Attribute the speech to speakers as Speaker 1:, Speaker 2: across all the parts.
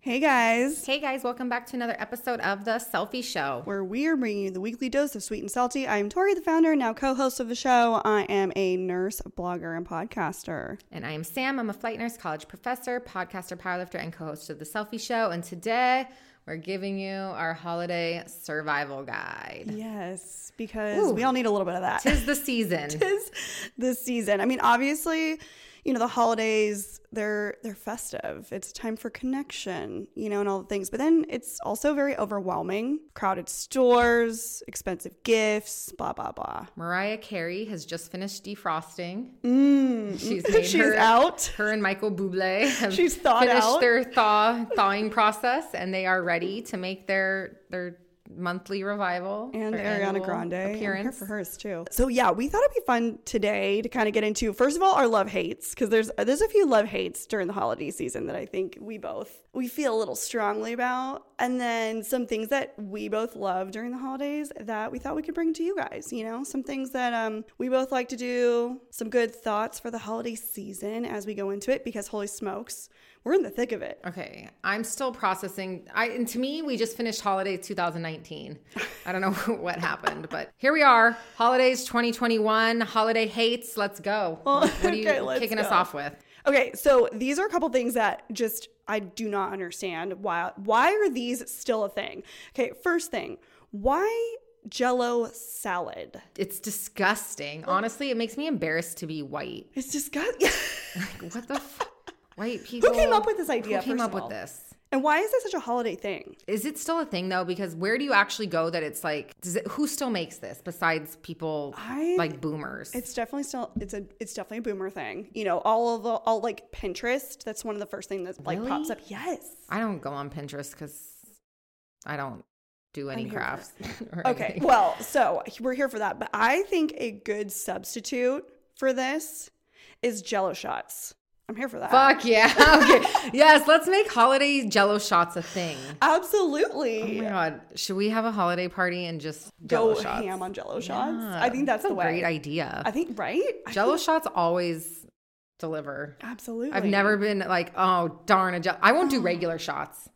Speaker 1: Hey guys,
Speaker 2: Hey guys, welcome back to another episode of The Selfie Show.
Speaker 1: where we are bringing you the weekly dose of sweet and salty. I'm Tori, the founder and now co-host of the show. I am a nurse, blogger, and podcaster.
Speaker 2: And I am Sam. I'm a flight nurse, college professor, podcaster, powerlifter, and co host of The Selfie Show. And today we're giving you our holiday survival guide.
Speaker 1: Yes, because we all need a little bit of that.
Speaker 2: Tis the season.
Speaker 1: is this season. I mean, obviously, you know, the holidays, they're they're festive. It's time for connection, you know, and all the things. But then it's also very overwhelming. Crowded stores, expensive gifts, blah blah blah.
Speaker 2: Mariah Carey has just finished defrosting. She's,
Speaker 1: Mm. She's out.
Speaker 2: Her and Michael Bublé have
Speaker 1: She's thawed
Speaker 2: finished
Speaker 1: out.
Speaker 2: their thaw thawing process, and they are ready to make their their monthly revival
Speaker 1: And
Speaker 2: their
Speaker 1: Ariana
Speaker 2: annual
Speaker 1: Grande I'm here
Speaker 2: appearance.
Speaker 1: for hers too. So yeah, we thought it'd be fun today to kind of get into first of all our love hates because there's there's a few love hates during the holiday season that I think we both we feel a little strongly about, and then some things that we both love during the holidays that we thought we could bring to you guys. You know, some things that um we both like to do, some good thoughts for the holiday season as we go into it because holy smokes, we're in the thick of it.
Speaker 2: Okay, I'm still processing. I and to me, we just finished holiday 2019. I don't know what happened, but here we are. Holidays 2021. Holiday hates. Let's go. what are you
Speaker 1: okay, let's
Speaker 2: kicking us
Speaker 1: go.
Speaker 2: off with?
Speaker 1: Okay, so these are a couple things that just I do not understand. Why why are these still a thing? Okay, first thing, why jello salad?
Speaker 2: It's disgusting. Honestly, it makes me embarrassed to be white.
Speaker 1: It's disgusting.
Speaker 2: What the f- white people?
Speaker 1: came up with this idea,
Speaker 2: Who came
Speaker 1: first
Speaker 2: up
Speaker 1: of all?
Speaker 2: with this?
Speaker 1: and why is this such a holiday thing?
Speaker 2: Is it still a thing though? Because where do you actually go that it's like? Does it, who still makes this besides people
Speaker 1: I-
Speaker 2: like boomers?
Speaker 1: It's definitely still it's a it's definitely a boomer thing. You know, all of the all like Pinterest, that's one of the first things that like
Speaker 2: Really?
Speaker 1: pops up. Yes.
Speaker 2: I don't go on Pinterest because I don't do any
Speaker 1: I'm here for
Speaker 2: crafts. or
Speaker 1: Okay.
Speaker 2: anything.
Speaker 1: Well, so we're here for that, but I think a good substitute for this is jello shots. I'm here for that.
Speaker 2: Fuck yeah. Okay. yes, let's make holiday jello shots a thing. Oh
Speaker 1: Absolutely.
Speaker 2: my god. Should we have a holiday party and just jello
Speaker 1: go
Speaker 2: shots?
Speaker 1: ham on jello shots.
Speaker 2: Yeah,
Speaker 1: I think that's, the
Speaker 2: a
Speaker 1: way.
Speaker 2: great idea.
Speaker 1: I think right? I
Speaker 2: jello
Speaker 1: think-
Speaker 2: shots always deliver.
Speaker 1: Absolutely.
Speaker 2: I've never been like, oh darn a jello. I won't do regular shots.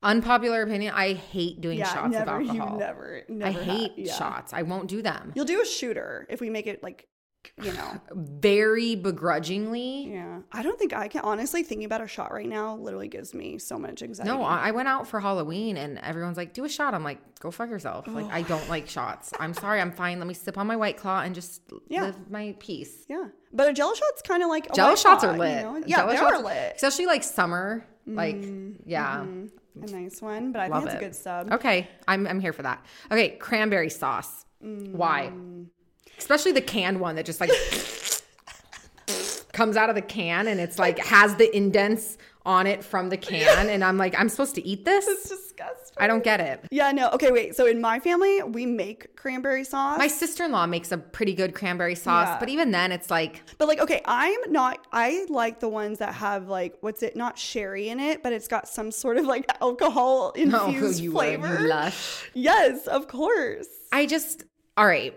Speaker 2: Unpopular opinion, I hate doing
Speaker 1: yeah,
Speaker 2: shots
Speaker 1: never,
Speaker 2: of alcohol.
Speaker 1: You never, never
Speaker 2: I
Speaker 1: had-
Speaker 2: hate
Speaker 1: yeah.
Speaker 2: shots. I won't do them.
Speaker 1: You'll do a shooter if we make it like, you know.
Speaker 2: Very begrudgingly.
Speaker 1: yeah. I don't think I can honestly thinking about a shot right now literally gives me so much anxiety.
Speaker 2: No, I I went out for Halloween and everyone's like, do a shot. I'm like, go fuck yourself. Like, I don't like shots. I'm sorry. I'm fine. Let me sip on my white claw and just
Speaker 1: Yeah.
Speaker 2: live my peace.
Speaker 1: yeah. But a jello shot's kind of like a
Speaker 2: Jello
Speaker 1: White
Speaker 2: shots
Speaker 1: Claw,
Speaker 2: are lit.
Speaker 1: You know? Yeah,
Speaker 2: Jello
Speaker 1: they
Speaker 2: shots-
Speaker 1: are lit. Mm-hmm,
Speaker 2: Especially like summer. Like, yeah.
Speaker 1: A nice one, but I
Speaker 2: Love
Speaker 1: think it's
Speaker 2: it.
Speaker 1: a good sub.
Speaker 2: Okay. I'm, I'm here for that. Okay. Cranberry sauce. Why?
Speaker 1: Mm.
Speaker 2: Especially the canned one that just like comes out of the can and it's like has the indents on it from the can. And I'm like, I'm supposed to eat
Speaker 1: It's
Speaker 2: this?
Speaker 1: disgusting.
Speaker 2: I don't get it.
Speaker 1: yeah, no. Okay, wait. So in my family, we make cranberry sauce.
Speaker 2: My sister in law makes a pretty good cranberry sauce,
Speaker 1: Yeah.
Speaker 2: but even then, it's like
Speaker 1: But like, okay, I'm not. I like the ones that have like what's it? Not sherry in it, but it's got some sort of like alcohol
Speaker 2: oh,
Speaker 1: infused
Speaker 2: you, are, you
Speaker 1: flavor.
Speaker 2: lush.
Speaker 1: yes, of course.
Speaker 2: I just all right.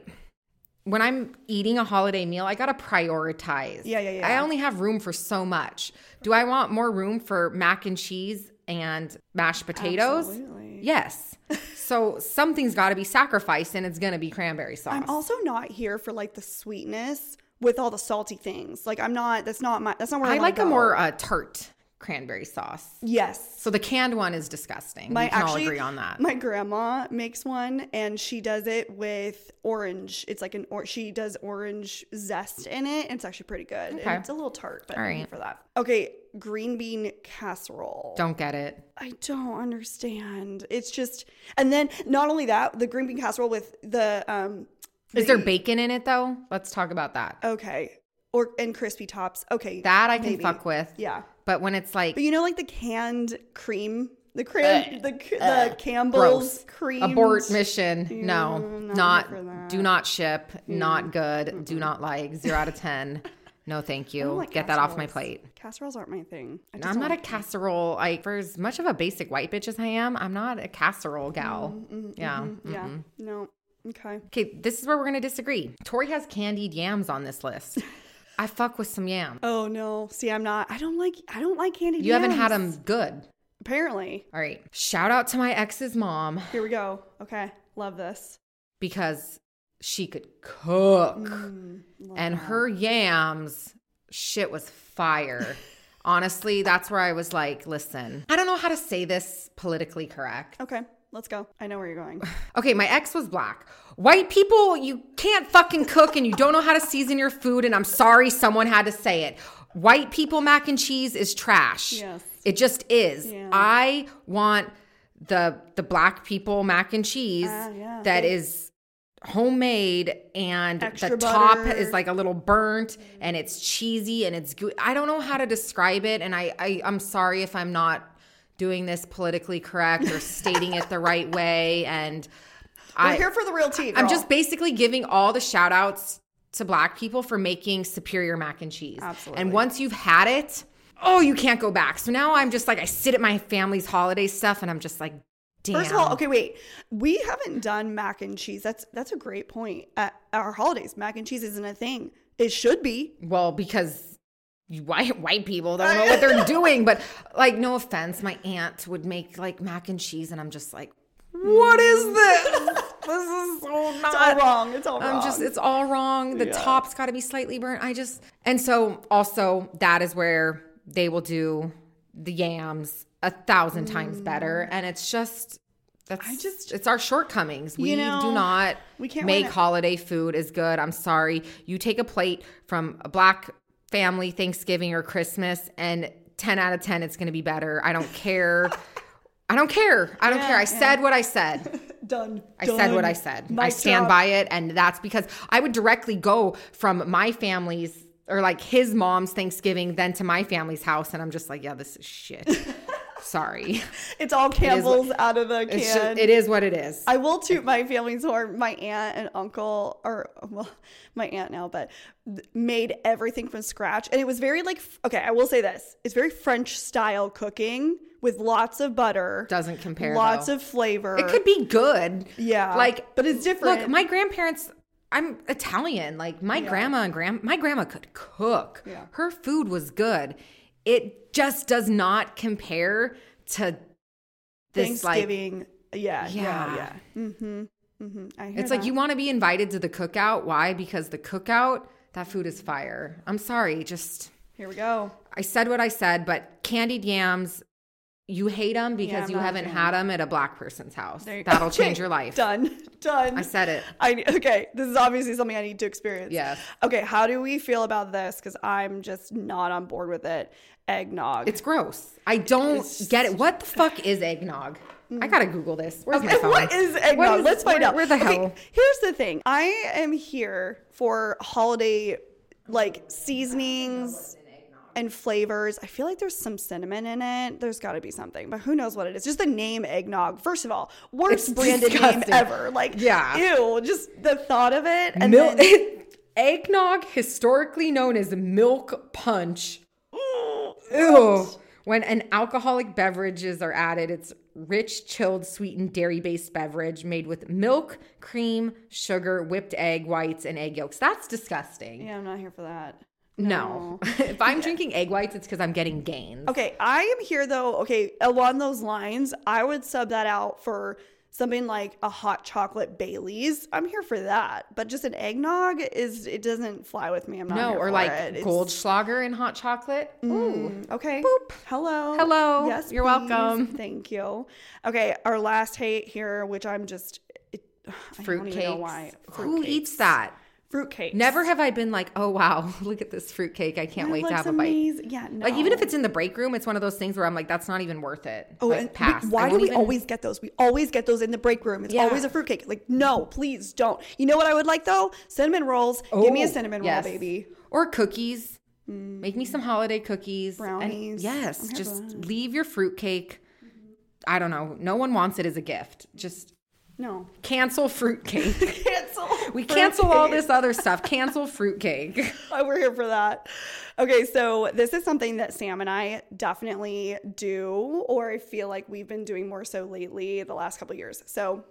Speaker 2: When I'm eating a holiday meal, I gotta prioritize.
Speaker 1: Yeah, yeah, yeah.
Speaker 2: I only have room for so much. Do I want more room for mac and cheese and mashed potatoes?
Speaker 1: Absolutely.
Speaker 2: Yes. so something's got to be sacrificed, and it's gonna be cranberry sauce.
Speaker 1: I'm also not here for like the sweetness with all the salty things. Like, I'm not. That's not my. That's not where I,
Speaker 2: I
Speaker 1: wanna
Speaker 2: like a
Speaker 1: go.
Speaker 2: more uh, tart cranberry sauce.
Speaker 1: Yes.
Speaker 2: So the canned one is disgusting.
Speaker 1: My
Speaker 2: we can
Speaker 1: actually,
Speaker 2: all agree on that.
Speaker 1: My grandma makes one, and she does it with orange. It's like an or she does orange zest in it, and it's actually pretty good. And
Speaker 2: Okay.
Speaker 1: It's a little tart, but
Speaker 2: All
Speaker 1: thank you
Speaker 2: right.
Speaker 1: for that. Okay, green bean casserole.
Speaker 2: Don't get it.
Speaker 1: I don't understand. It's just, and then not only that, the green bean casserole with the um.
Speaker 2: Is there bacon in it though? Let's talk about that.
Speaker 1: Okay, or and crispy tops. Okay,
Speaker 2: that I can
Speaker 1: maybe.
Speaker 2: fuck with.
Speaker 1: Yeah,
Speaker 2: But when it's like
Speaker 1: but you know, like the canned cream, the cream, the c the Campbell's
Speaker 2: Uh, gross.
Speaker 1: cream.
Speaker 2: abort mission, no,
Speaker 1: not here for
Speaker 2: not
Speaker 1: that.
Speaker 2: do not ship, not good, do not like, zero out of ten. No, thank you.
Speaker 1: like
Speaker 2: Get that off my
Speaker 1: casseroles.
Speaker 2: plate.
Speaker 1: Casseroles aren't my thing. I
Speaker 2: I'm not a casserole. Like for as much of a basic white bitch as I am, I'm not a casserole gal. yeah.
Speaker 1: don't- yeah. No. Okay.
Speaker 2: Okay, this is where we're gonna disagree. Tori has candied yams on this list. I fuck with some yam.
Speaker 1: Oh no. See, I'm not. I don't like. I don't like candy.
Speaker 2: You haven't had them good.
Speaker 1: Apparently.
Speaker 2: All right. Shout out to my ex's mom
Speaker 1: Here we go. Okay. Love this.
Speaker 2: because she could cook.
Speaker 1: Love
Speaker 2: and her yams shit was fire. Honestly, that's where I was like, listen, I don't know how to say this politically correct.
Speaker 1: Okay. Let's go. I know where you're going.
Speaker 2: Okay, my ex was black. White people, you can't fucking cook and you don't know how to season your food. And I'm sorry someone had to say it. White people mac and cheese is trash.
Speaker 1: Yes.
Speaker 2: It just is.
Speaker 1: Yeah.
Speaker 2: I want the the black people mac and cheese
Speaker 1: Ah, yeah.
Speaker 2: that is homemade and
Speaker 1: Extra
Speaker 2: the top
Speaker 1: butter.
Speaker 2: is like a little burnt and it's cheesy and it's good. I don't know how to describe it and I, I I'm sorry if I'm not doing this politically correct or stating it the right way and
Speaker 1: We're
Speaker 2: I
Speaker 1: here for the real tea.
Speaker 2: I'm
Speaker 1: girl.
Speaker 2: just basically giving all the shout outs to black people for making superior mac and cheese.
Speaker 1: Absolutely.
Speaker 2: And once you've had it, oh, you can't go back. So now I'm just like, I sit at my family's holiday stuff and I'm just like, damn.
Speaker 1: First of all, okay, wait. We haven't done mac and cheese. That's that's a great point. At our holidays, mac and cheese isn't a thing. It should be.
Speaker 2: Well, because you white white people don't know what they're doing, but like, no offense, my aunt would make like mac and cheese, and I'm just like,
Speaker 1: Hmm.
Speaker 2: what is this? this is so not
Speaker 1: It's all wrong. It's all wrong.
Speaker 2: I'm just, it's all wrong. The top's got to be slightly burnt. I just, and so also that is where they will do the yams a thousand times better. And it's just, that's, I
Speaker 1: Mm. just-
Speaker 2: just, it's our shortcomings. We
Speaker 1: know,
Speaker 2: do not
Speaker 1: we can't win
Speaker 2: make
Speaker 1: it.
Speaker 2: holiday food as good. I'm sorry. You take a plate from a black family Thanksgiving or Christmas, and 10 out of 10, it's going to be better. I don't care. I don't care. I don't care. I said what I said.
Speaker 1: done.
Speaker 2: I said what I
Speaker 1: Done.
Speaker 2: said. I
Speaker 1: Mic
Speaker 2: stand
Speaker 1: drop.
Speaker 2: by it. And that's because I would directly go from my family's or like his mom's Thanksgiving then to my family's house. And I'm just like, yeah, this is shit. Sorry.
Speaker 1: It's all Campbell's out of the can.
Speaker 2: It's just, it is what it is.
Speaker 1: I will toot my family's horn. My aunt and uncle, or well, my aunt now, but th- made everything from scratch, and it was very like. f- Okay, I will say this: it's very French style cooking with lots of butter.
Speaker 2: Doesn't compare,
Speaker 1: Lots
Speaker 2: though.
Speaker 1: of flavor.
Speaker 2: It could be good.
Speaker 1: Yeah.
Speaker 2: Like,
Speaker 1: But it's different.
Speaker 2: Look, my grandparents. I'm Italian. Like my grandma and grand my grandma could cook.
Speaker 1: Yeah.
Speaker 2: Her food was good. It just does not compare to this like
Speaker 1: Thanksgiving. yeah, yeah,
Speaker 2: Yeah.
Speaker 1: yeah. Mm-hmm. Mm-hmm. I hear
Speaker 2: It's like you want to be invited to the cookout. Why? Because the cookout, that food is fire. I'm sorry. Just,
Speaker 1: Here we go.
Speaker 2: I said what I said, but candied yams, you hate them
Speaker 1: Yeah,
Speaker 2: because
Speaker 1: I'm
Speaker 2: you
Speaker 1: not a
Speaker 2: haven't
Speaker 1: fan.
Speaker 2: had them at a black person's house.
Speaker 1: There you go.
Speaker 2: That'll
Speaker 1: Okay,
Speaker 2: change your life.
Speaker 1: Done. Done.
Speaker 2: I said it.
Speaker 1: I okay. This is obviously something I need to experience.
Speaker 2: Yes.
Speaker 1: Okay. How do we feel about this? Because I'm just not on board with it. Eggnog.
Speaker 2: It's gross. I don't get it. What the fuck is eggnog? I gotta Google this. Where's my
Speaker 1: Okay,
Speaker 2: phone?
Speaker 1: what is
Speaker 2: What
Speaker 1: eggnog?
Speaker 2: is-
Speaker 1: Let's find
Speaker 2: where-
Speaker 1: out.
Speaker 2: Where the
Speaker 1: Okay,
Speaker 2: hell?
Speaker 1: Here's the thing. I am here for holiday like seasonings and flavors. I feel like there's some cinnamon in it. There's got to be something, but who knows what it is? Just the name eggnog. First of all, worst
Speaker 2: It's
Speaker 1: branded
Speaker 2: disgusting.
Speaker 1: name ever. Like,
Speaker 2: Yeah.
Speaker 1: ew. Just the thought of it. And
Speaker 2: Milk.
Speaker 1: then,
Speaker 2: eggnog, historically known as milk punch.
Speaker 1: Mm,
Speaker 2: Ew. When an alcoholic beverages are added, it's rich, chilled, sweetened, dairy-based beverage made with milk, cream, sugar, whipped egg whites, and egg yolks. That's disgusting.
Speaker 1: yeah, I'm not here for that.
Speaker 2: No. if I'm drinking egg whites, it's because I'm getting
Speaker 1: Oh,
Speaker 2: gains.
Speaker 1: Okay, I am here though. Okay, along those lines, I would sub that out for something like a hot chocolate Bailey's. I'm here for that. But just an eggnog is it doesn't fly with me. I'm not
Speaker 2: No,
Speaker 1: here
Speaker 2: or
Speaker 1: for
Speaker 2: like
Speaker 1: it. It's-
Speaker 2: Goldschlager in hot chocolate. Ooh.
Speaker 1: Mm, okay.
Speaker 2: Boop.
Speaker 1: Hello.
Speaker 2: Hello.
Speaker 1: Yes.
Speaker 2: You're
Speaker 1: please.
Speaker 2: welcome.
Speaker 1: Thank you. Okay. Our last hate here, which I'm just it, I don't even know
Speaker 2: Fruitcakes.
Speaker 1: why.
Speaker 2: Who eats
Speaker 1: Fruitcakes.
Speaker 2: that?
Speaker 1: Fruitcakes.
Speaker 2: Never have I been like, oh wow, look at this fruitcake. I can't
Speaker 1: That
Speaker 2: wait to
Speaker 1: looks
Speaker 2: have a bite.
Speaker 1: amazing. Yeah. No.
Speaker 2: Like even if it's in the break room, it's one of those things where I'm like, that's not even worth it.
Speaker 1: Oh,
Speaker 2: like,
Speaker 1: and we-
Speaker 2: pass. I
Speaker 1: why do
Speaker 2: won't
Speaker 1: we
Speaker 2: even-
Speaker 1: always get those? We always get those in the break room. It's
Speaker 2: Yeah.
Speaker 1: always a fruitcake. Like, no, please don't. You know what I would like though? Cinnamon rolls. Give me a
Speaker 2: Oh,
Speaker 1: cinnamon
Speaker 2: yes.
Speaker 1: roll, baby.
Speaker 2: or cookies? Make me some holiday cookies, And-
Speaker 1: Mm. Brownies. I'm
Speaker 2: yes,
Speaker 1: here
Speaker 2: just
Speaker 1: for
Speaker 2: leave your fruitcake. I don't know. No one wants it as a gift. Just
Speaker 1: No.
Speaker 2: cancel fruitcake.
Speaker 1: Cancel.
Speaker 2: we cancel all this other stuff. Cancel fruitcake.
Speaker 1: Oh, we're here for that. Okay, so this is something that Sam and I definitely do, or I feel like we've been doing more so lately the last couple of years. So,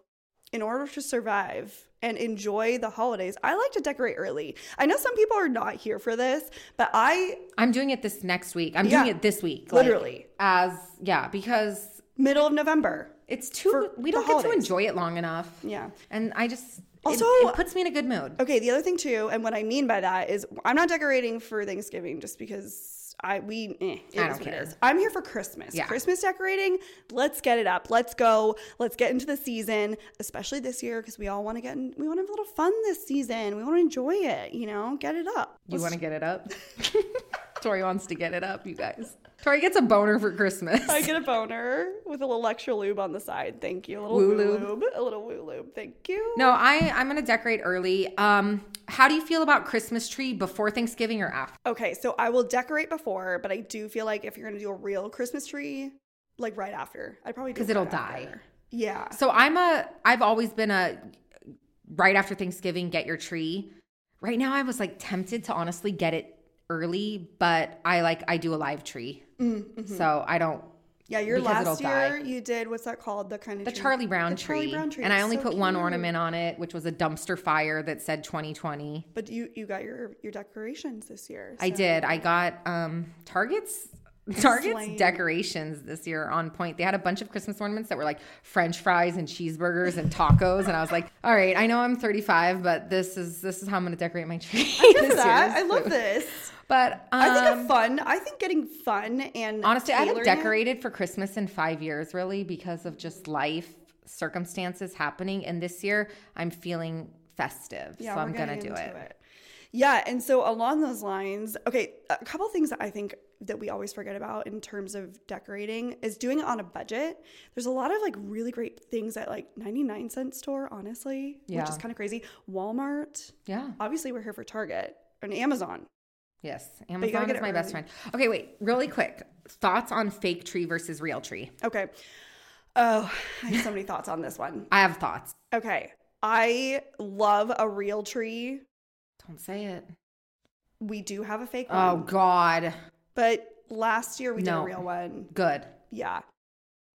Speaker 1: in order to survive and enjoy the holidays, I like to decorate early. I know some people are not here for this, but I
Speaker 2: I'm doing it this next week. I'm
Speaker 1: Yeah.
Speaker 2: doing it this week. like,
Speaker 1: Literally.
Speaker 2: as yeah, because
Speaker 1: middle of November.
Speaker 2: it's too
Speaker 1: For
Speaker 2: we
Speaker 1: the
Speaker 2: don't get to
Speaker 1: holidays.
Speaker 2: enjoy it long enough.
Speaker 1: Yeah.
Speaker 2: And I just it-
Speaker 1: Also-
Speaker 2: it, puts me in a good mood.
Speaker 1: Okay, the other thing too, and what I mean by that is I'm not decorating for Thanksgiving just because I we eh, it
Speaker 2: I
Speaker 1: is
Speaker 2: don't
Speaker 1: what it
Speaker 2: care.
Speaker 1: is. I'm here for Christmas.
Speaker 2: Yeah.
Speaker 1: Christmas decorating, let's get it up. Let's go. Let's get into the season, especially this year because we all want to get in, we want to have a little fun this season. We want to enjoy it, you know? Get it up.
Speaker 2: You want to get it up? Tori wants to get it up, you guys. Tori gets a boner for Christmas.
Speaker 1: I get a boner with a little extra lube on the side. Thank you. A little woo
Speaker 2: Woo lube.
Speaker 1: lube. A little woo lube. Thank you.
Speaker 2: No, I I'm gonna decorate early. Um, how do you feel about Christmas tree before Thanksgiving or after?
Speaker 1: Okay, so I will decorate before, but I do feel like if you're gonna do a real Christmas tree, like right after, I'd probably do it
Speaker 2: 'Cause it'll
Speaker 1: right
Speaker 2: die.
Speaker 1: after. Yeah,
Speaker 2: So I'm a I've always been a right after Thanksgiving get your tree. Right now I was like tempted to honestly get it early, but I like I do a live tree.
Speaker 1: Mm-hmm.
Speaker 2: So I don't
Speaker 1: yeah. Your
Speaker 2: Because it'll
Speaker 1: last year,
Speaker 2: die.
Speaker 1: you did what's that called? The kind of
Speaker 2: the Charlie Brown
Speaker 1: the
Speaker 2: tree.
Speaker 1: Charlie Brown tree.
Speaker 2: And I
Speaker 1: It's
Speaker 2: only
Speaker 1: so
Speaker 2: put one
Speaker 1: cute.
Speaker 2: ornament on it, which was a dumpster fire that said 2020.
Speaker 1: But you you got your your decorations this year.
Speaker 2: I
Speaker 1: so-
Speaker 2: did. I got um Target's Target's
Speaker 1: Slain.
Speaker 2: decorations this year are on point. They had a bunch of Christmas ornaments that were like French fries and cheeseburgers and tacos, and I was like, "All right, I know I'm 35, but this is this is how I'm going to decorate my tree
Speaker 1: Good for
Speaker 2: this
Speaker 1: that. I
Speaker 2: year."
Speaker 1: love this.
Speaker 2: But um,
Speaker 1: I think of fun. I think getting fun and
Speaker 2: honestly, I haven't
Speaker 1: tailoring it-
Speaker 2: decorated for Christmas in five years, really, because of just life circumstances happening. And this year, I'm feeling festive,
Speaker 1: Yeah,
Speaker 2: so
Speaker 1: we're
Speaker 2: I'm going to
Speaker 1: getting
Speaker 2: do
Speaker 1: into
Speaker 2: it.
Speaker 1: Yeah, and so along those lines, okay, a couple of things that I think that we always forget about in terms of decorating is doing it on a budget. There's a lot of like really great things at like 99 cent store, honestly,
Speaker 2: Yeah.
Speaker 1: which is kind of crazy. Walmart.
Speaker 2: Yeah.
Speaker 1: Obviously, we're here for Target and Amazon.
Speaker 2: Yes,
Speaker 1: you gotta
Speaker 2: Amazon
Speaker 1: get
Speaker 2: is
Speaker 1: it
Speaker 2: my best
Speaker 1: early.
Speaker 2: friend. Okay, wait, really quick. Thoughts on fake tree versus real tree?
Speaker 1: Okay. Oh, I have so many thoughts on this one.
Speaker 2: I have thoughts.
Speaker 1: Okay. I love a real tree.
Speaker 2: Don't say it.
Speaker 1: We do have a fake one,
Speaker 2: Oh God,
Speaker 1: but last year we did
Speaker 2: No.
Speaker 1: a real one.
Speaker 2: good.
Speaker 1: yeah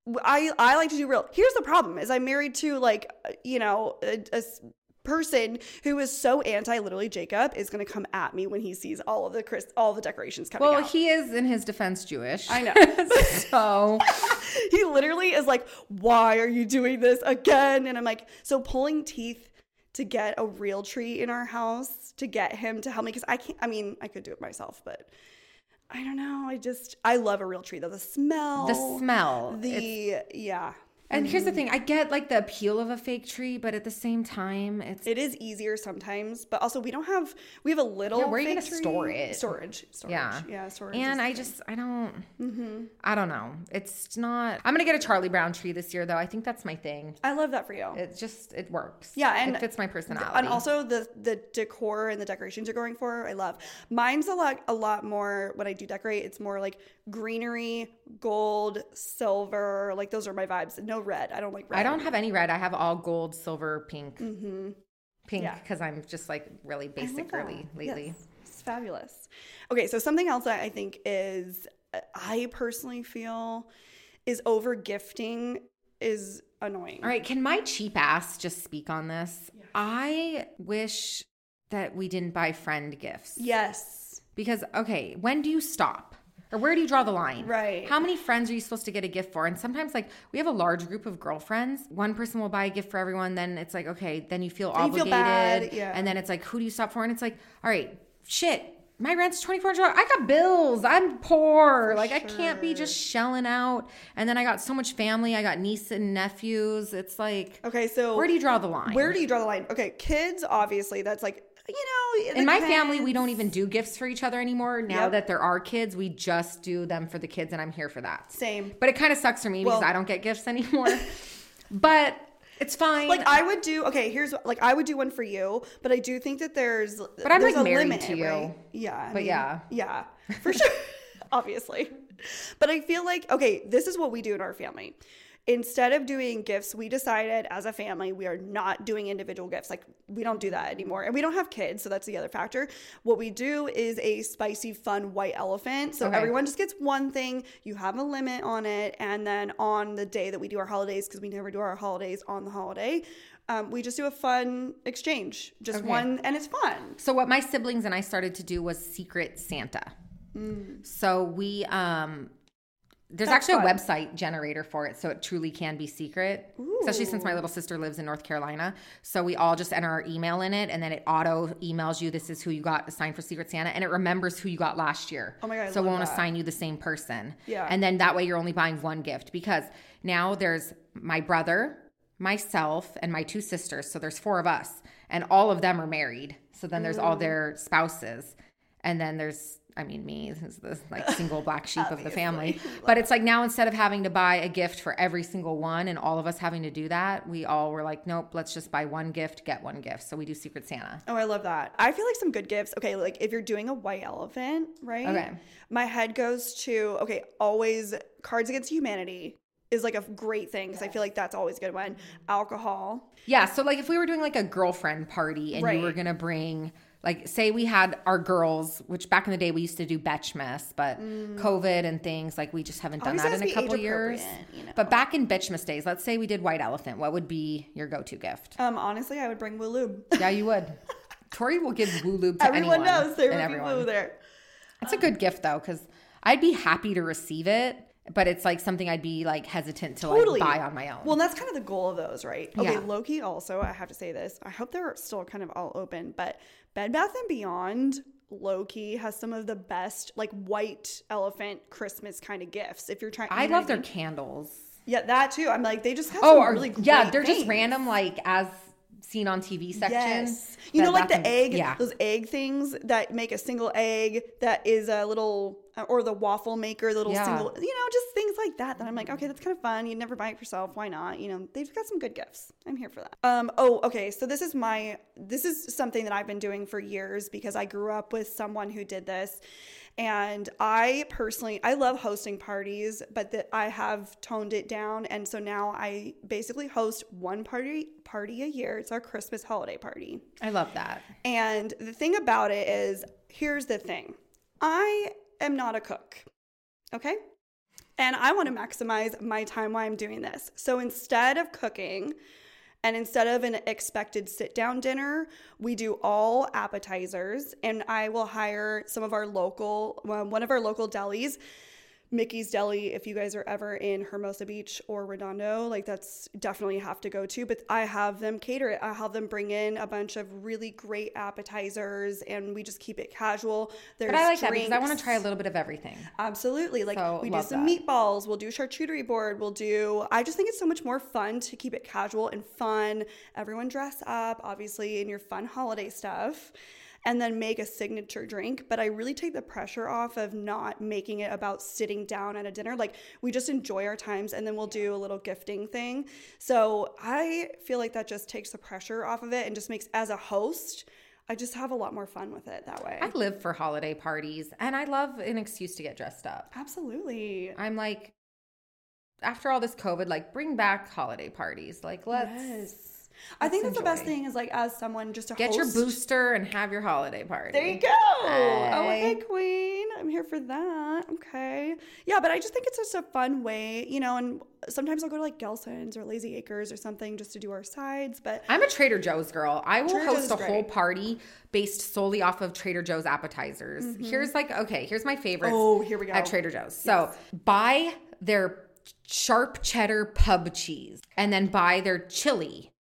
Speaker 1: W- i i like to do real here's the problem is i'm married to like uh, you know a, a s- person who is so anti literally jacob is going to come at me when he sees all of the Chris, all the decorations coming
Speaker 2: Well,
Speaker 1: out
Speaker 2: he is in his defense Jewish.
Speaker 1: I know.
Speaker 2: so
Speaker 1: he literally is like why are you doing this again and i'm like so pulling teeth to get a real tree in our house to get him to help me because i can't i mean i could do it myself but i don't know i just i love a real tree though the smell
Speaker 2: the smell. It's-
Speaker 1: the yeah
Speaker 2: and here's the thing: I get like the appeal of a fake tree, but at the same time, it's
Speaker 1: It is easier sometimes, but also we don't have we have a little.
Speaker 2: Yeah, where are you gonna
Speaker 1: fig tree-
Speaker 2: store it?
Speaker 1: Storage, storage.
Speaker 2: yeah,
Speaker 1: yeah, storage. is
Speaker 2: And I
Speaker 1: good.
Speaker 2: just I don't.
Speaker 1: Mm-hmm.
Speaker 2: I don't know. It's not. I'm gonna get a Charlie Brown tree this year, though. I think that's my thing.
Speaker 1: I love that for you.
Speaker 2: It just it works.
Speaker 1: Yeah, and-
Speaker 2: it fits my personality.
Speaker 1: and also the the decor and the decorations you're going for, I love. Mine's a lot a lot more when I do decorate. It's more like greenery, gold, silver. Like those are my vibes. No red. I don't like red.
Speaker 2: I don't have any red. I have all gold, silver, pink,
Speaker 1: Mm-hmm.
Speaker 2: pink
Speaker 1: Yeah.
Speaker 2: because I'm just like really
Speaker 1: I love
Speaker 2: basic
Speaker 1: that.
Speaker 2: girly lately.
Speaker 1: Yes, It's fabulous. Okay, so something else that I think is I personally feel is over gifting is annoying.
Speaker 2: All right, can my cheap ass just speak on this? I wish that we didn't buy friend gifts
Speaker 1: Yes.
Speaker 2: because okay, when do you stop? Or where do you draw the line?
Speaker 1: Right.
Speaker 2: How many friends are you supposed to get a gift for? And sometimes, like, we have a large group of girlfriends. One person will buy a gift for everyone. Then it's like, okay, then you feel
Speaker 1: you feel
Speaker 2: obligated.
Speaker 1: bad, yeah.
Speaker 2: And then it's like, who do you stop for? And it's like, all right, shit. My rent's twenty four hundred. I got bills. I'm poor. like I can't be just shelling out. And then I got so much family. I got nieces and nephews. It's like
Speaker 1: Okay, so
Speaker 2: where do you draw the line?
Speaker 1: where do you draw the line? Okay, kids, obviously, that's like you know.
Speaker 2: in
Speaker 1: the
Speaker 2: my family, we
Speaker 1: kids-
Speaker 2: don't even do gifts for each other anymore. Now
Speaker 1: Yep.
Speaker 2: that there are kids, we just do them for the kids, and I'm here for that.
Speaker 1: Same.
Speaker 2: But it kind of sucks for me
Speaker 1: Well-
Speaker 2: because I don't get gifts anymore. but it's fine.
Speaker 1: Like I would do okay. Here's what- like I would do one for you, but I do think that there's but
Speaker 2: I'm,
Speaker 1: there's
Speaker 2: like,
Speaker 1: a
Speaker 2: married
Speaker 1: limit,
Speaker 2: to you.
Speaker 1: right? Yeah, I
Speaker 2: But yeah.
Speaker 1: yeah, for sure, obviously. But I feel like okay, this is what we do in our family. Instead of doing gifts, we decided as a family we are not doing individual gifts. Like we don't do that anymore, and we don't have kids, so that's the other factor. What we do is a spicy, fun white elephant. So
Speaker 2: Okay.
Speaker 1: everyone just gets one thing. You have a limit on it, and then on the day that we do our holidays, because we never do our holidays on the holiday, um, we just do a fun exchange, just
Speaker 2: Okay.
Speaker 1: one, and it's fun.
Speaker 2: So what my siblings and I started to do was Secret Santa. So we um
Speaker 1: Mm.
Speaker 2: there's
Speaker 1: That's
Speaker 2: actually a
Speaker 1: fun.
Speaker 2: website generator for it so it truly can be secret. Especially since my little sister lives in North Carolina. So we all just enter our email in it and then it auto emails you this is who you got assigned for Secret Santa and it remembers who you got last year.
Speaker 1: Oh my God, I
Speaker 2: So it
Speaker 1: love
Speaker 2: won't
Speaker 1: that.
Speaker 2: assign you the same person.
Speaker 1: Yeah.
Speaker 2: And then that way you're only buying one gift because now there's my brother, myself, and my two sisters. So there's four of us, and all of them are married. So then there's all their spouses. And then there's, I mean, me, this is the like single black sheep of the family. But it's like now instead of having to buy a gift for every single one and all of us having to do that, we all were like, nope, let's just buy one gift, get one gift. So we do Secret Santa.
Speaker 1: Oh, I love that. I feel like some good gifts. Okay, like if you're doing a white elephant, right?
Speaker 2: Okay.
Speaker 1: My head goes to okay, always Cards Against Humanity is like a great thing because I feel like that's always a good one. Alcohol.
Speaker 2: Yeah. So like if we were doing like a girlfriend party and you were
Speaker 1: Right.
Speaker 2: gonna bring like say we had our girls, which back in the day we used to do Betchmas, but COVID and things like we just haven't done
Speaker 1: Always
Speaker 2: that
Speaker 1: has
Speaker 2: in
Speaker 1: to Mm.
Speaker 2: a
Speaker 1: be
Speaker 2: couple years.
Speaker 1: age-appropriate, you know.
Speaker 2: But back in Betchmas days, let's say we did White Elephant, what would be your go-to gift?
Speaker 1: Um, honestly, I would bring Woo Lube.
Speaker 2: yeah, you would. Tori will give woo lube to
Speaker 1: Everyone
Speaker 2: anyone.
Speaker 1: knows there
Speaker 2: and
Speaker 1: would be
Speaker 2: everyone.
Speaker 1: Woo there.
Speaker 2: That's a good gift though, because I'd be happy to receive it, but it's like something I'd be like hesitant to
Speaker 1: Totally.
Speaker 2: like buy on my own.
Speaker 1: Well, that's kind of the goal of those, right? Okay,
Speaker 2: Yeah.
Speaker 1: Loki also, I have to say this. I hope they're still kind of all open, but Bed Bath and Beyond Loki has some of the best like white elephant Christmas kind of gifts. If you're trying
Speaker 2: I
Speaker 1: you know
Speaker 2: love
Speaker 1: what
Speaker 2: their
Speaker 1: mean?
Speaker 2: candles.
Speaker 1: Yeah, that too. I'm like, they just have
Speaker 2: Oh,
Speaker 1: some
Speaker 2: or,
Speaker 1: really great
Speaker 2: yeah, they're
Speaker 1: things.
Speaker 2: just random, like as seen on TV section.
Speaker 1: Yes. You
Speaker 2: Bed
Speaker 1: know, like
Speaker 2: Bath
Speaker 1: the
Speaker 2: and-
Speaker 1: egg,
Speaker 2: Yeah.
Speaker 1: those egg things that make a single egg that is a little, uh, or the waffle maker, the little
Speaker 2: Yeah.
Speaker 1: single, you know, just things like that. That I'm like, okay, that's kind of fun. You never buy it for yourself. Why not? You know, they've got some good gifts. I'm here for that. Um. Oh, okay. So this is my, this is something that I've been doing for years because I grew up with someone who did this. And I personally, I love hosting parties, but that I have toned it down, and so now I basically host one party party a year. It's our Christmas holiday party.
Speaker 2: I love that.
Speaker 1: And the thing about it is, here's the thing I am not a cook, okay? And I want to maximize my time while I'm doing this. So instead of cooking and instead of an expected sit down dinner, we do all appetizers. And I will hire some of our local, well, one of our local delis. Mickey's Deli, if you guys are ever in Hermosa Beach or Redondo, like that's definitely have to go to. But I have them cater it. I have them bring in a bunch of really great appetizers, and we just keep it casual. There's
Speaker 2: But I like that because I want
Speaker 1: drinks.
Speaker 2: to try a little bit of everything.
Speaker 1: Absolutely. Like
Speaker 2: So,
Speaker 1: we do
Speaker 2: love
Speaker 1: some
Speaker 2: that.
Speaker 1: meatballs, we'll do charcuterie board, we'll do I just think it's so much more fun to keep it casual and fun. Everyone dress up, obviously, in your fun holiday stuff. And then make a signature drink, but I really take the pressure off of not making it about sitting down at a dinner. Like, we just enjoy our times and then we'll do a little gifting thing. So, I feel like that just takes the pressure off of it and just makes, as a host, I just have a lot more fun with it that way.
Speaker 2: I live for holiday parties, and I love an excuse to get dressed up.
Speaker 1: Absolutely.
Speaker 2: I'm like, after all this COVID, like bring back holiday parties. Like let's
Speaker 1: Yes. I think that's the best
Speaker 2: enjoy.
Speaker 1: thing is like as someone just a
Speaker 2: get your
Speaker 1: host-
Speaker 2: booster and have your holiday party.
Speaker 1: There you go. Oh, hey,
Speaker 2: Hey.
Speaker 1: queen. I'm here for that. Okay. Yeah, but I just think it's just a fun way, you know, and sometimes I'll go to like Gelson's or Lazy Acres or something just to do our sides. But
Speaker 2: I'm a Trader Joe's girl. I will
Speaker 1: Trader Joe's
Speaker 2: host
Speaker 1: is
Speaker 2: a
Speaker 1: great.
Speaker 2: whole party based solely off of Trader Joe's appetizers. Here's like, okay, here's my favorites.
Speaker 1: Mm-hmm. Oh, here we go.
Speaker 2: At Trader Joe's. So buy their sharp cheddar pub cheese and then buy their chili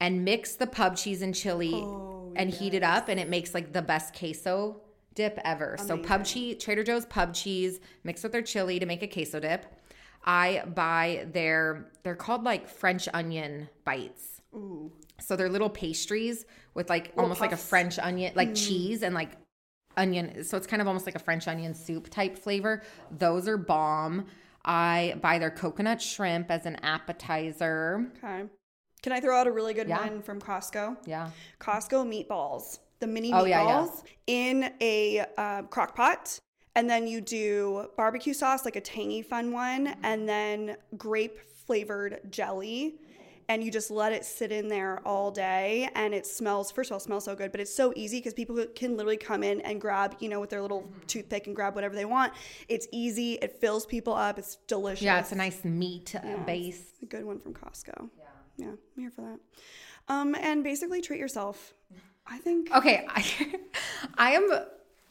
Speaker 2: and mix the pub cheese and chili
Speaker 1: Oh,
Speaker 2: and heat it up and it makes like the best queso dip ever. So pub cheese, Trader Joe's pub cheese mixed with their chili to make a queso dip. I buy their they're called like French onion bites. So they're little pastries with like almost like a
Speaker 1: puffs. Mm.
Speaker 2: French onion, like cheese and like onion. So it's kind of almost like a French onion soup type flavor. Those are bomb. I buy their coconut shrimp as an appetizer.
Speaker 1: okay. Can I throw out a really good
Speaker 2: Yeah.
Speaker 1: one from Costco?
Speaker 2: Yeah.
Speaker 1: Costco meatballs, the mini
Speaker 2: Oh,
Speaker 1: meatballs
Speaker 2: yeah, yeah.
Speaker 1: in a uh, crock pot. And then you do barbecue sauce, like a tangy, fun one, and then grape flavored jelly. And you just let it sit in there all day. And it smells, first of all, it smells so good, but it's so easy because people can literally come in and grab, you know, with their little
Speaker 2: Mm-hmm.
Speaker 1: toothpick and grab whatever they want. It's easy. It fills people up. It's delicious.
Speaker 2: Yeah, it's a nice meat uh, base.
Speaker 1: A good one from Costco. Yeah. Yeah, I'm here for that. Um, and basically treat yourself. I think
Speaker 2: Okay, I, I am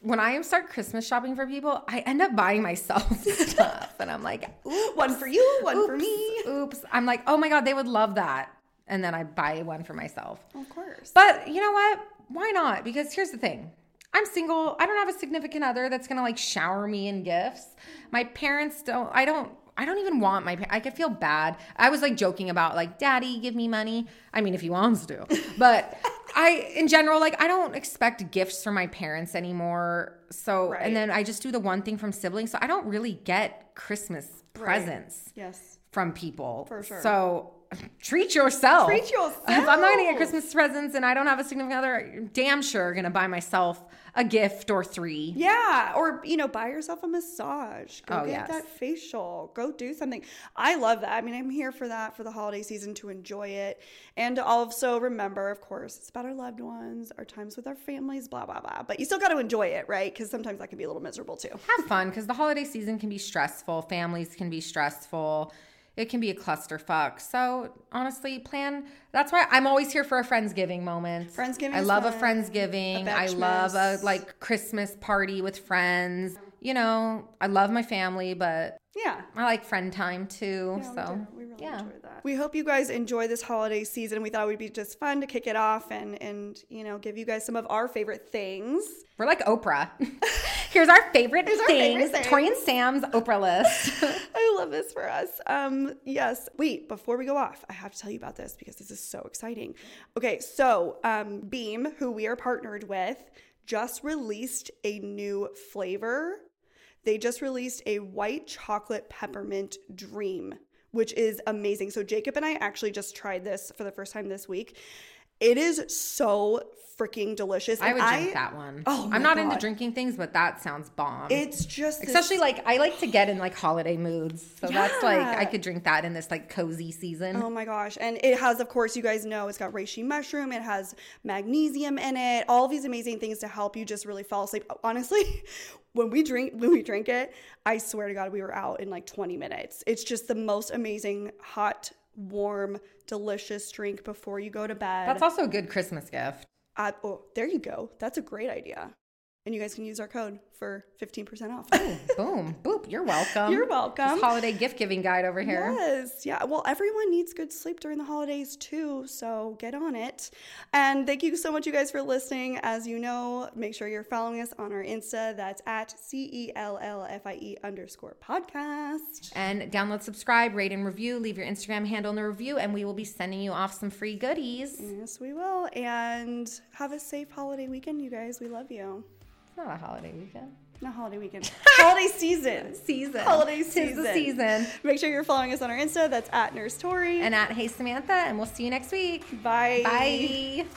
Speaker 2: when I start Christmas shopping for people, I end up buying myself stuff and I'm like,
Speaker 1: Ooh, one for you, one for me.
Speaker 2: oops. I'm like, "Oh my god, they would love that." And then I buy one for myself.
Speaker 1: Of course.
Speaker 2: But you know what? Why not? Because here's the thing. I'm single. I don't have a significant other that's going to like shower me in gifts. My parents don't I don't I don't even want my pa- I could feel bad. I was like joking about like daddy give me money. I mean if he wants to. But I in general like I don't expect gifts from my parents anymore. So
Speaker 1: Right.
Speaker 2: and then I just do the one thing from siblings. So I don't really get Christmas presents
Speaker 1: yes.
Speaker 2: from people. For
Speaker 1: sure.
Speaker 2: So treat yourself.
Speaker 1: Treat yourself.
Speaker 2: If I'm not gonna get Christmas presents and I don't have a significant other, I'm damn sure gonna buy myself a gift or three.
Speaker 1: Yeah, or you know, buy yourself a massage. Go
Speaker 2: Oh,
Speaker 1: get
Speaker 2: yes.
Speaker 1: that facial. Go do something. I love that. I mean, I'm here for that for the holiday season to enjoy it and to also remember, of course, it's about our loved ones, our times with our families, blah blah blah. But you still got to enjoy it, right? Because sometimes that can be a little miserable too.
Speaker 2: Have fun because the holiday season can be stressful. Families can be stressful. It can be a clusterfuck. So honestly, plan. That's why I'm always here for a friendsgiving moment.
Speaker 1: Friendsgiving
Speaker 2: I
Speaker 1: is
Speaker 2: love a
Speaker 1: fun.
Speaker 2: friendsgiving.
Speaker 1: A
Speaker 2: I love a
Speaker 1: Betchmas.
Speaker 2: like Christmas party with friends. You know, I love my family, but
Speaker 1: Yeah.
Speaker 2: I like friend time too.
Speaker 1: Yeah, we
Speaker 2: so
Speaker 1: do. we really
Speaker 2: yeah.
Speaker 1: enjoy that. We hope you guys enjoy this holiday season. We thought it would be just fun to kick it off and and you know give you guys some of our favorite things.
Speaker 2: We're like Oprah. Here's our favorite
Speaker 1: our favorite
Speaker 2: things.
Speaker 1: things.
Speaker 2: Tori and Sam's Oprah list.
Speaker 1: I love this for us. Um, yes. Wait, before we go off, I have to tell you about this because this is so exciting. Okay, so um, Beam, who we are partnered with, just released a new flavor. They just released a white chocolate peppermint dream, which is amazing. So Jacob and I actually just tried this for the first time this week. It is so freaking delicious.
Speaker 2: I
Speaker 1: and
Speaker 2: would drink that one.
Speaker 1: Oh, my
Speaker 2: I'm not into
Speaker 1: God.
Speaker 2: drinking things, but that sounds bomb.
Speaker 1: It's just this-
Speaker 2: Especially like I like to get in like holiday moods. So that's like I
Speaker 1: Yeah.
Speaker 2: could drink that in this like cozy season.
Speaker 1: Oh my gosh. And it has, of course, you guys know it's got reishi mushroom, it has magnesium in it, all these amazing things to help you just really fall asleep. Honestly, when we drink when we drink it, I swear to God, we were out in like 20 minutes. It's just the most amazing, hot, warm, delicious drink before you go to bed.
Speaker 2: That's also a good Christmas gift.
Speaker 1: Uh, oh, there you go. That's a great idea. And you guys can use our code for 15% off.
Speaker 2: Boom. Boop. You're welcome.
Speaker 1: You're welcome.
Speaker 2: This holiday gift giving guide over here.
Speaker 1: Yes. Yeah. Well, everyone needs good sleep during the holidays too, so get on it. And thank you so much, you guys, for listening. As you know, make sure you're following us on our Insta. That's at C E L L F I E underscore podcast.
Speaker 2: And download, subscribe, rate, and review. Leave your Instagram handle in the review, and we will be sending you off some free goodies.
Speaker 1: Yes, we will. And have a safe holiday weekend, you guys. We love you.
Speaker 2: It's not a holiday weekend.
Speaker 1: Not holiday weekend. holiday season.
Speaker 2: Season.
Speaker 1: Holiday
Speaker 2: Tis the
Speaker 1: season.
Speaker 2: season.
Speaker 1: Make sure you're following us on our Insta. That's at Nurse Tori.
Speaker 2: and at Hey Samantha, and we'll see you next week.
Speaker 1: bye.
Speaker 2: Bye.